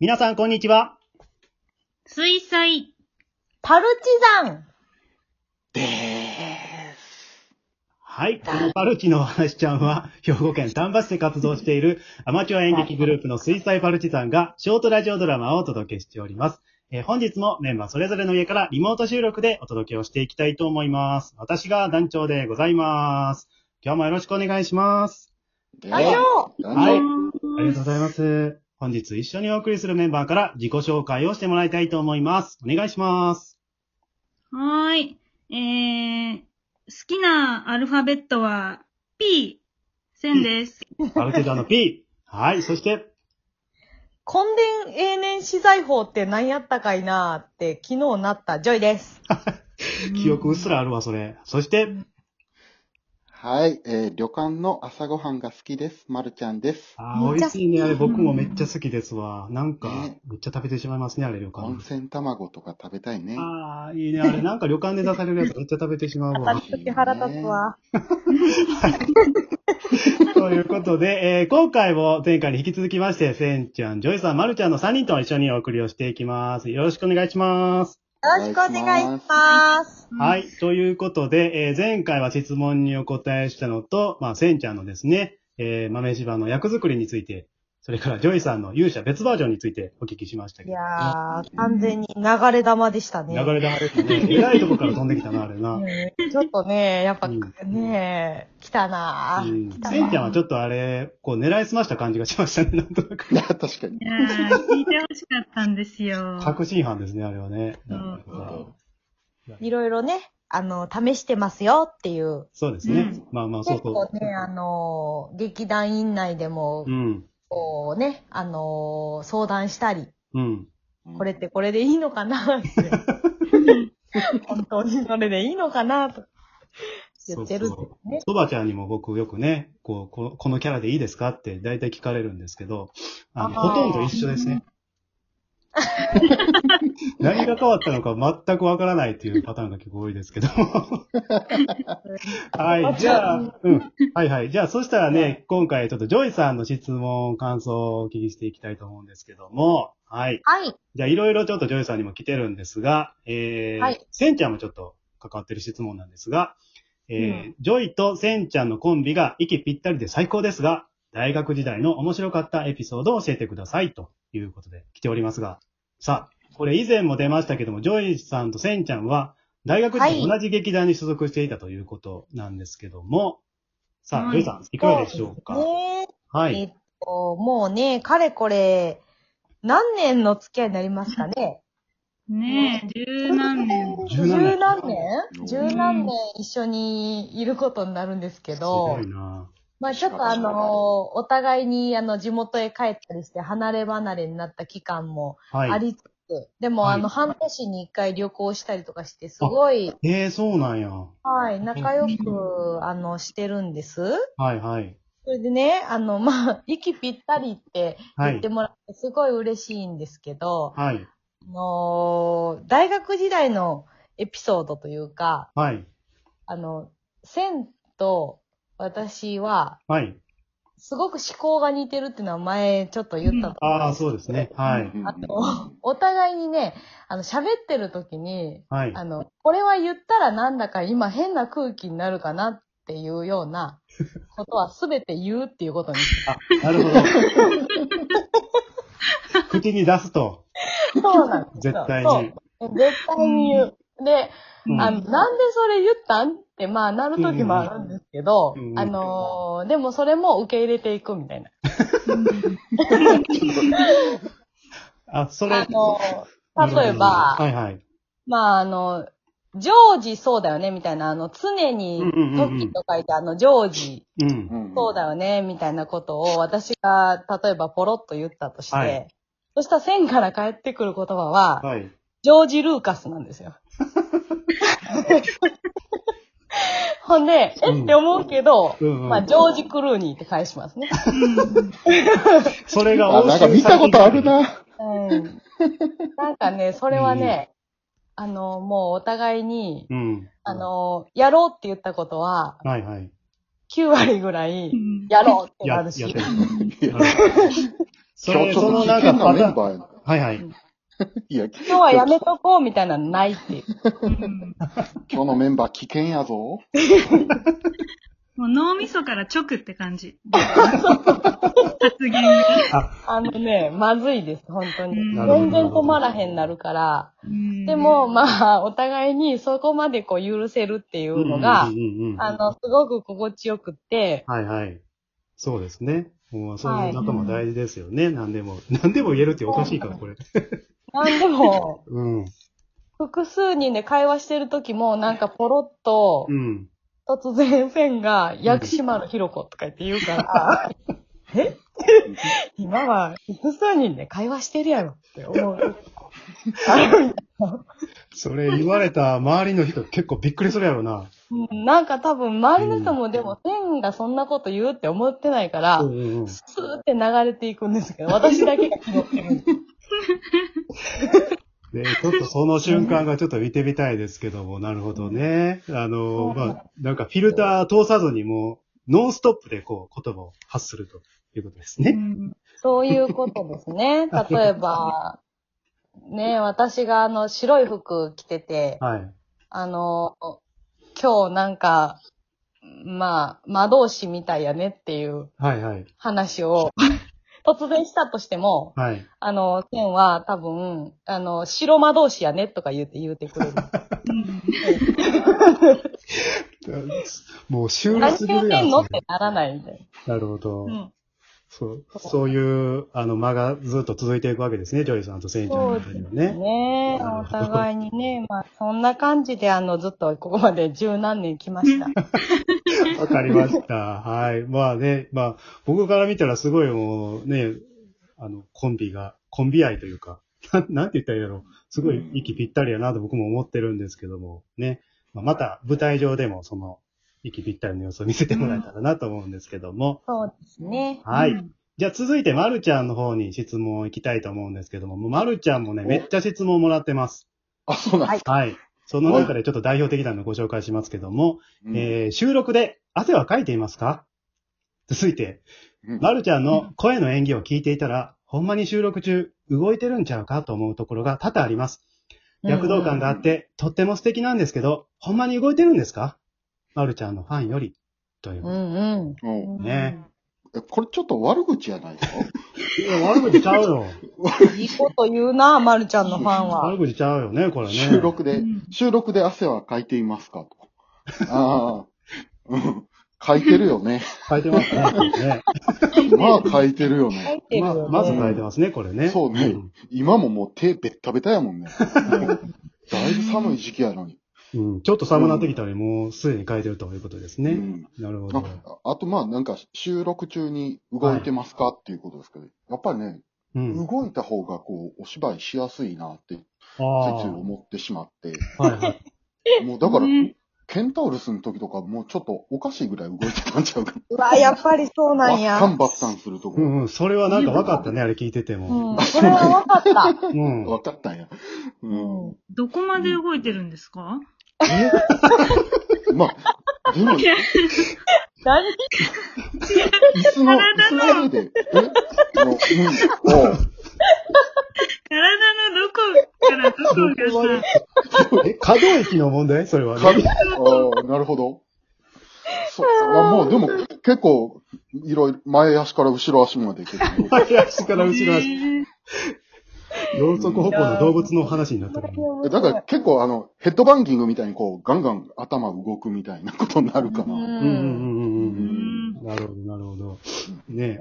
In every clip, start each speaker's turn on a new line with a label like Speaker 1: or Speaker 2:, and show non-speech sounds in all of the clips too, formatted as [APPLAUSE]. Speaker 1: 皆さん、こんにちは。
Speaker 2: 水彩。
Speaker 3: パルチザン
Speaker 1: でーす。はい。このパルチのお話ちゃんは、兵庫県丹波市で活動しているアマチュア演劇グループの水彩パルチザンが、ショートラジオドラマをお届けしております。えー本日もメンバーそれぞれの家からリモート収録でお届けをしていきたいと思います。私が団長でございます。今日もよろしくお願いします。
Speaker 3: ラジオ
Speaker 1: はい
Speaker 2: あ
Speaker 1: ありがとうございます。本日一緒にお送りするメンバーから自己紹介をしてもらいたいと思います。お願いします。
Speaker 2: はーい。えー、好きなアルファベットは P、線です。
Speaker 1: パルチザンの P。はい。そして、
Speaker 3: 根伝永年資材法って何やったかいなーって昨日なったジョイです。
Speaker 1: 記憶うっすらあるわ、それ。そして、
Speaker 4: はい、えー、旅館の朝ごはんが好きです。まるちゃんです。
Speaker 1: あー
Speaker 3: め
Speaker 1: 美
Speaker 3: っちゃ
Speaker 1: 味しいね。あれ、僕もめっちゃ好きですわ。なんか
Speaker 4: ね、
Speaker 1: めっちゃ食べてしまいますね、あれ、旅
Speaker 4: 温
Speaker 1: 館。
Speaker 4: 泉卵とか食べたいね。
Speaker 1: ああ、いいね。あれ、なんか旅館で出されるやつめっちゃ食べてしまうわ。
Speaker 4: いいね
Speaker 3: 腹立つわ。
Speaker 1: ということで、えー今回も前回に引き続きまして、せんちゃん、ジョイさん、まるちゃんの3人と一緒にお送りをしていきます。よろしくお願いします。
Speaker 3: よろしくお願いします。
Speaker 2: うん
Speaker 1: はい。。ということで、えー前回は質問にお答えしたのと、まあ、せんちゃんのですね、えー豆柴の役作りについて、それからジョイさんの勇者別バージョンについてお聞きしましたけど。
Speaker 3: いやー、完全に流れ玉でしたね。
Speaker 1: 流れ玉ですね。えらいとこから飛んできたな、あれ
Speaker 3: [LAUGHS]
Speaker 1: な。うん
Speaker 3: うんちょっとね、やっぱ
Speaker 1: うん
Speaker 3: ねえ、来たな
Speaker 1: せ
Speaker 3: ー。
Speaker 1: んちゃんはちょっとあれ、こう狙いすました感じがしましたね、なんとなく。
Speaker 4: [LAUGHS] 確かに。
Speaker 2: いやー聞いてほしかったんですよ。
Speaker 1: 確信犯ですね、あれはね。
Speaker 2: そう
Speaker 3: いろいろね、あの、試してますよっていう。
Speaker 1: そうですね。
Speaker 2: うん
Speaker 1: まあまあ、そ
Speaker 3: 結
Speaker 1: うそ
Speaker 3: 構
Speaker 1: う。
Speaker 3: ね、あの、劇団院内でも
Speaker 1: う、ん。
Speaker 3: こうね、あの、相談したり、
Speaker 1: うん。
Speaker 3: これってこれでいいのかな
Speaker 1: [LAUGHS]
Speaker 3: って。本当にそれでいいのかなと言ってるんですよね。
Speaker 1: そばちゃんにも僕よくね、こう、ここのキャラでいいですかって大体聞かれるんですけど、あの、
Speaker 3: あー
Speaker 1: ほとんど一緒です
Speaker 3: [LAUGHS]
Speaker 1: ね。何が変わったのか全くわからないっていうパターンが結構多いです
Speaker 3: [LAUGHS]
Speaker 1: けど。はい、じゃあ、うん。はいはい。じゃあ、そしたらね、今回ちょっとジョイさんの質問、感想をお聞きしていきたいと思うんですけども、はい。
Speaker 3: はい。
Speaker 1: じゃあ、いろいろちょっとジョイさんにも来てるんですが、えー、
Speaker 3: はい
Speaker 1: センちゃんもちょっと関わってる質問なんですが、えー
Speaker 3: う
Speaker 1: ジョイとセンちゃんのコンビが息ぴったりで最高ですが、大学時代の面白かったエピソードを教えてくださいということで来ておりますが、さあ、これ以前も出ましたけども、ジョイさんとセンちゃんは、大学時代
Speaker 3: はい
Speaker 1: 同じ劇団に所属していたということなんですけども、さあ、
Speaker 2: はい
Speaker 1: ジョイさん、いかがでしょうか
Speaker 3: ね
Speaker 1: は
Speaker 3: え
Speaker 1: い。
Speaker 3: っと、もうね、かれこれ、何年の付き合いになります
Speaker 1: [LAUGHS]
Speaker 3: かね
Speaker 2: ねえ、十何年。
Speaker 1: 17
Speaker 3: 十何年
Speaker 4: うん
Speaker 3: 十何年一緒にいることになるんですけ
Speaker 1: すご
Speaker 3: ど
Speaker 1: い、な
Speaker 3: まあちょっとあの、お互いにあの、地元へ帰ったりして離れ離れになった期間も
Speaker 1: はい。
Speaker 3: ありつつ、でもあの、
Speaker 1: は
Speaker 3: 半年に一回旅行したりとかして、すごい、
Speaker 1: えー、そうなんや。は
Speaker 3: はい、仲良く、あの、してるんです。
Speaker 1: いはい。
Speaker 3: それでね、あの、まあ、 [LAUGHS] 息ぴったりって
Speaker 1: は
Speaker 3: 言っ
Speaker 1: い
Speaker 3: て。もらって、すごい嬉しいんですけど、
Speaker 1: はい。
Speaker 3: あのー大学時代のエピソードというか、
Speaker 1: はい。
Speaker 3: あの、センと私は、
Speaker 1: はい。
Speaker 3: すごく思考が似てるっていうのは前ちょっと言ったと思
Speaker 1: あ
Speaker 3: うん
Speaker 1: あ、
Speaker 3: です
Speaker 1: そうですね。はい。
Speaker 4: うん
Speaker 3: あと、お互いにね、あの、喋ってる時に、
Speaker 1: はい。
Speaker 3: あの、これは言ったらなんだか今変な空気になるかなっていうようなことは全て言うっていうことに。
Speaker 1: なるほど。 [LAUGHS] 口に出すと。
Speaker 3: そうなんです
Speaker 1: 絶
Speaker 3: よ
Speaker 1: 対に。
Speaker 3: そう絶対に言う。で、
Speaker 1: うん
Speaker 3: あの、なんでそれ言ったんって、まあ、なる時もあるんですけど、
Speaker 1: うんうん
Speaker 3: あのーでもそれも受け入れていくみたいな。
Speaker 1: あ、それ
Speaker 3: あ。のー例えば、
Speaker 1: はいはい。
Speaker 3: まあ、あの、常時そうだよね、みたいな、あの、常に
Speaker 1: うんうんうんうん
Speaker 3: 時と書いて、あの、常時
Speaker 1: うん。
Speaker 4: ん
Speaker 3: そうだよね、みたいなことを私が、例えばポロッと言ったとして、
Speaker 1: はい
Speaker 3: そしたら線から返ってくる言葉は、
Speaker 1: はい。
Speaker 3: ジョージ・ルーカスなん
Speaker 1: [LAUGHS]
Speaker 3: ですよ。ほんで、
Speaker 1: うん
Speaker 3: えって思うけど、
Speaker 1: うんうん
Speaker 3: まあ、ジョージ・クルーニーって返しますね。
Speaker 1: それが
Speaker 4: あ、なんか見たことある。な。
Speaker 3: うん、なんかね、それはね、あの、もうお互いに、
Speaker 1: うん。
Speaker 3: あ、の、やろうって言ったことは、
Speaker 1: はいはい。
Speaker 3: 9割ぐらい、
Speaker 2: うん
Speaker 3: やろうって
Speaker 1: や、
Speaker 3: な
Speaker 1: や
Speaker 3: る
Speaker 1: って
Speaker 3: し [LAUGHS]
Speaker 1: る。
Speaker 4: いや
Speaker 1: なるほどそ
Speaker 4: 今
Speaker 1: れ、
Speaker 4: 日ちょ
Speaker 1: その
Speaker 4: っと危
Speaker 1: なんか
Speaker 4: 険な
Speaker 1: パ
Speaker 4: メン
Speaker 1: ターン。
Speaker 4: バーやな。
Speaker 1: はいはい。
Speaker 4: いや、
Speaker 3: 今日はやめとこうみたいなのないっていう。
Speaker 2: うん
Speaker 4: 今日のメンバー危険やぞ。
Speaker 2: もう脳みそから直って感じ。発言が。
Speaker 3: あのね、まずいです、本当に。
Speaker 2: な
Speaker 1: るほど
Speaker 3: 全然止まらへんなるから。
Speaker 2: うん
Speaker 3: [LAUGHS] でも、、まあ、お互いにそこまでこう許せるっていうのが
Speaker 1: うん、うんうんうん
Speaker 3: あの、すごく心地よくって、
Speaker 1: はいはい。そうですね。もう、そういう仲も大事ですよね。何でも。何でも言えるっておかしいから、これ。
Speaker 3: なん
Speaker 1: [LAUGHS]
Speaker 3: でも、
Speaker 1: うん。
Speaker 3: 複数人で会話してる時も、なんかポロッと
Speaker 1: う、ん。
Speaker 3: 突然線が、薬師丸ひろ子とか言って言うから、え今は複数人で会話してるやろって
Speaker 1: [LAUGHS]
Speaker 3: 思う。
Speaker 1: それ言われた周りの人結構びっくりするやろな。
Speaker 3: うんなんか多分周りの人もでも線がそんなこと言うって思ってないから、
Speaker 1: うんうんうん。
Speaker 3: スーって流れていくんですけど、私だけが拾っ
Speaker 1: [LAUGHS]
Speaker 3: てるんです。
Speaker 1: で、ちょっとその瞬間がちょっと見てみたいですけども、なるほどね。あの、まあ、なんかフィルター通さずにもう、ノンストップでこう、言葉を発するということです
Speaker 2: う
Speaker 1: ね。
Speaker 2: ん
Speaker 3: そういうことですね。例えば、ね、私があの白い服着てて、
Speaker 1: はい。
Speaker 3: あの、今日なんか、まあ、魔導士みたいやねっていう
Speaker 1: はいはい。
Speaker 3: 話を [LAUGHS] 突然したとしても、
Speaker 1: はい。
Speaker 3: あの、天は多分、あの、白魔導士やねとか言うて言うてくれる。
Speaker 2: うん
Speaker 1: もうシュール
Speaker 3: 何
Speaker 1: すぎ
Speaker 3: 言
Speaker 1: る
Speaker 3: う
Speaker 1: や
Speaker 3: て
Speaker 1: ん。
Speaker 3: んのっ
Speaker 1: それ
Speaker 3: てならないみたい
Speaker 1: なるほど。
Speaker 3: な。
Speaker 1: そう、そういう、あの、間がずっと続いていくわけですね、ジョイさんとセインちゃんの間には
Speaker 3: うん。
Speaker 1: ね。
Speaker 3: ねえ、お互いにね、まあ、そんな感じで、あの、ずっとここまで十何年来ました。
Speaker 1: わかりました。はい。まあね、まあ、僕から見たらすごいもうね、あの、コンビが、コンビ愛というか、なんなんて言ったらいいだろう。すごい息ぴったりやなと僕も思ってるんですけども、ね。まあ、また舞台上でもその、息ぴったりの様子を見せてもらえたらなと思うんですけども。
Speaker 3: そうですね。
Speaker 1: はい。
Speaker 2: うん
Speaker 1: じゃあ続いて、まるちゃんの方に質問いきたいと思うんですけども、もうまるちゃんもね、めっちゃ質問もらってます。
Speaker 4: あ、そうなんですか。
Speaker 1: はい。その中でちょっと代表的なのをご紹介しますけども、
Speaker 4: うん
Speaker 1: えー収録で汗はかいていますか続いて、
Speaker 4: うん
Speaker 1: まるちゃんの声の演技を聞いていたら、ほんまに収録中動いてるんちゃうかと思うところが多々あります。躍動感があって、とっても素敵なんですけど、ほんまに動いてるんですかまるちゃんのファンより、というう。
Speaker 3: んうん。
Speaker 4: うん
Speaker 1: ね
Speaker 4: えこれちょっと悪口やないか
Speaker 1: いや悪口ちゃうよ。
Speaker 3: いいこと言うな、まるちゃんのファンは
Speaker 1: 悪。口ちゃうよね、これね。
Speaker 4: 収録
Speaker 2: う
Speaker 4: で
Speaker 2: ん、
Speaker 4: 収録で汗はかいていますかと。ああ、うん。かいてるよね。
Speaker 1: 書いてますね。これね
Speaker 4: [LAUGHS] まあかいてるよね。
Speaker 3: 入ってる
Speaker 1: ま
Speaker 3: よね
Speaker 1: まず書いてますね、これね。
Speaker 4: そうね
Speaker 1: ん
Speaker 4: 今ももう手べったべたやもん
Speaker 3: [LAUGHS]
Speaker 4: ね。だいぶ寒い時期やのに。
Speaker 1: うん、ちょっと寒なってきたのに、もうすでに書いてるということです
Speaker 4: う
Speaker 1: ね。
Speaker 4: ん
Speaker 1: なるほど。
Speaker 4: ああと、まあ、なんか、収録中に動いてますかっていうことですけど、やっぱりね、
Speaker 1: うん。
Speaker 4: 動いた方が、こう、お芝居しやすいなって、ついつい
Speaker 1: ああ。は
Speaker 4: 思ってしまって、
Speaker 1: いはい。
Speaker 4: もうだから、
Speaker 2: ね
Speaker 4: ケンタウルスの時とか、もうちょっとおかしいぐらい動いてたんちゃうか。
Speaker 3: うわ、やっぱりそうな
Speaker 4: バ
Speaker 3: んや
Speaker 4: ッ。タンバッタンするとこ
Speaker 1: う
Speaker 4: ろ。
Speaker 1: んうん、それはなんか分かったね、あれ聞いてても。
Speaker 3: うん、それは
Speaker 1: [LAUGHS]
Speaker 3: 分かった。
Speaker 1: うん。
Speaker 4: わかったんや。う。
Speaker 3: うんん。
Speaker 2: どこまで動いてるんですか
Speaker 4: まあ、でも、椅子の、
Speaker 3: 何 [LAUGHS]
Speaker 4: 椅子の上で、えもううん
Speaker 1: [LAUGHS]
Speaker 4: おう
Speaker 2: 体のどこからどこがさ、
Speaker 1: え、可動域の問題それは、ね。
Speaker 4: 軽いああ、なるほど。そう、あもうでも結構、いろいろ、前足から後ろ足まで
Speaker 1: [LAUGHS]
Speaker 4: 結構。
Speaker 1: 左足から後ろ足。
Speaker 2: えー
Speaker 1: 四足歩行の動物の話になってる。
Speaker 4: だから結構あの、ヘッドバンキングみたいにこう、ガンガン頭動くみたいなことになるか
Speaker 3: う
Speaker 4: な。
Speaker 1: うんうん
Speaker 3: ん。
Speaker 1: うんうん
Speaker 2: うん
Speaker 1: うん。なるほど、なるほど。
Speaker 3: い
Speaker 1: ね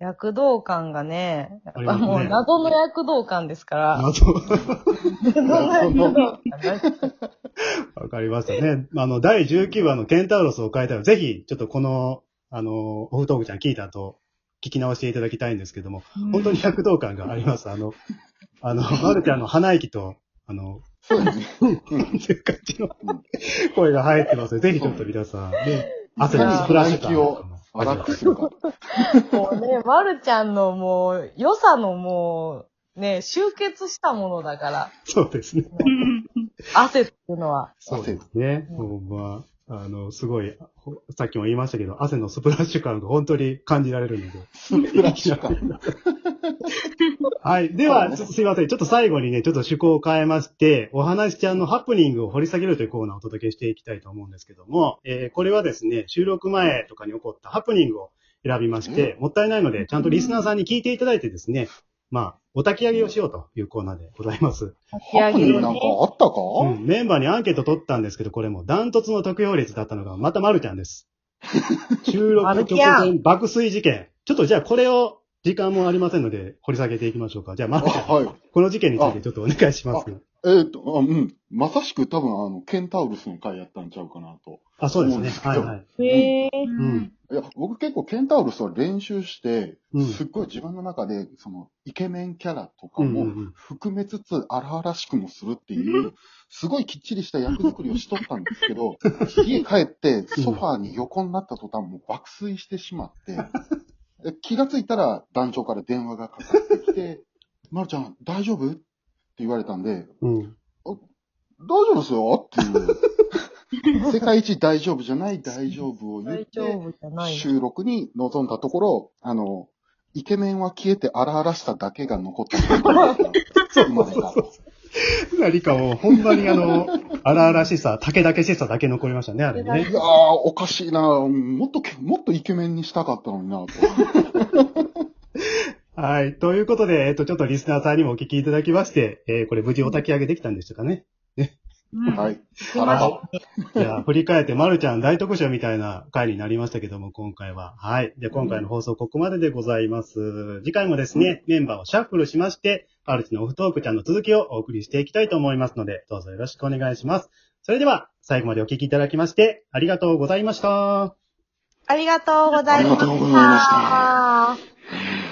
Speaker 3: や躍動感がね、や
Speaker 1: あ
Speaker 3: っぱ
Speaker 1: りますね
Speaker 3: もう謎の躍動感ですから、
Speaker 1: 謎。
Speaker 3: 謎の躍
Speaker 2: [LAUGHS]
Speaker 3: 動感
Speaker 1: [LAUGHS] わかりましたね。あの、第19話のケンタウロスを変えたら、ぜひ、ちょっとこの、あの、オフトークちゃん聞いた後、聞き直していただきたいんですけども、本当に躍動感があります。あの、あの、まるちゃんの鼻息と、あの、
Speaker 4: そうやね。
Speaker 1: っていう感じの
Speaker 4: うん
Speaker 1: 声が入ってますね。ぜひちょっと皆さん、ね、汗
Speaker 3: い
Speaker 1: の
Speaker 3: やー
Speaker 1: スプラッシュ感
Speaker 4: 気を荒くするか。
Speaker 3: も
Speaker 5: [LAUGHS]
Speaker 3: うね、まるちゃんのもう、良さのもう、ね、集結したものだから、
Speaker 1: そうですね。
Speaker 2: うん
Speaker 3: 汗っていうのは。
Speaker 1: そうですね。ほんま。あの、すごい、ほさっきも言いましたけど、汗のスプラッシュ感が本当に感じられるので。
Speaker 4: スプラッシュ感。
Speaker 1: はい。では、ちょっとすいません。ちょっと最後にね、ちょっと趣向を変えまして、お話しちゃんのハプニングを掘り下げるというコーナーをお届けしていきたいと思うんですけども、えーこれはですね、収録前とかに起こったハプニングを選びまして、もったいないので、ちゃんとリスナーさんに聞いていただいてですね、まあ、お焚き上げをしようというコーナーでございます。
Speaker 4: ハプニングなんかあったか、
Speaker 1: うん、メンバーにアンケート取ったんですけど、これもダントツの得票率だったのが、またまるちゃんです。収録
Speaker 3: まる
Speaker 1: 直
Speaker 3: ちゃん
Speaker 1: 前爆睡事件。ちょっとじゃあこれを、時間もありませんので、掘り下げていきましょうか。じゃあ、ま
Speaker 4: あ
Speaker 1: るちゃん。
Speaker 4: はい。
Speaker 1: この事件についてちょっとお願いします。
Speaker 4: えっ、とあ、うん。まさしく多分あの、ケンタウルスの回やったんちゃうかなと。
Speaker 1: あ、そうですね。
Speaker 4: そう
Speaker 1: はいはい。
Speaker 3: へえ。
Speaker 1: ん
Speaker 4: いや、僕結構ケンタウルスは練習して、
Speaker 1: うん
Speaker 4: すっごい自分の中で、その、イケメンキャラとか
Speaker 1: うんう
Speaker 4: も
Speaker 1: ん
Speaker 4: 含めつつ荒々しくもするっていう、すごいきっちりした役作りをしとったんですけ
Speaker 3: [LAUGHS]
Speaker 4: ど、家帰ってソファーに横になった途端もう爆睡してしまって、で気がついたら団長から電話がかかってき
Speaker 3: [LAUGHS]
Speaker 4: て、まるちゃん大丈夫って言われたんで、
Speaker 1: うん。うん。
Speaker 4: 大丈夫ですよって
Speaker 3: [LAUGHS]
Speaker 4: いう。世界一大丈夫じゃない大丈夫を言っ
Speaker 3: 大丈
Speaker 4: て、
Speaker 3: 夫じゃない。
Speaker 4: 収録に臨んだところ、あの、イケメンは消えて荒々しさだけが残
Speaker 3: [LAUGHS]
Speaker 4: った。そうそうそう。
Speaker 1: 何かもう、ほんまにあの、荒々しさ、竹々しさだけ残りましたね、あれ
Speaker 4: い
Speaker 1: ね。
Speaker 4: やー、おかしいなもっとけ、もっとイケメンにしたかったのになと。
Speaker 1: はい。ということで、えっと、ちょっとリスナーさんにもお聞きいただきまして、えーこれ無事お焚き上げできたんでしたかね。
Speaker 2: うん
Speaker 4: はい。
Speaker 3: ま
Speaker 4: あ
Speaker 3: せん
Speaker 4: ら
Speaker 1: いや、振り返って、まるちゃん大特集みたいな回になりましたけども、今回は。はい。で、今回の放送ここまででございます。次回もですね、メンバーをシャッフルしまして、パルチのオフトークちゃんの続きをお送りしていきたいと思いますので、どうぞよろしくお願いします。それでは、最後までお聞きいただきまして、ありがとうございました。
Speaker 5: ありがとうございました。。
Speaker 4: ありがとうございました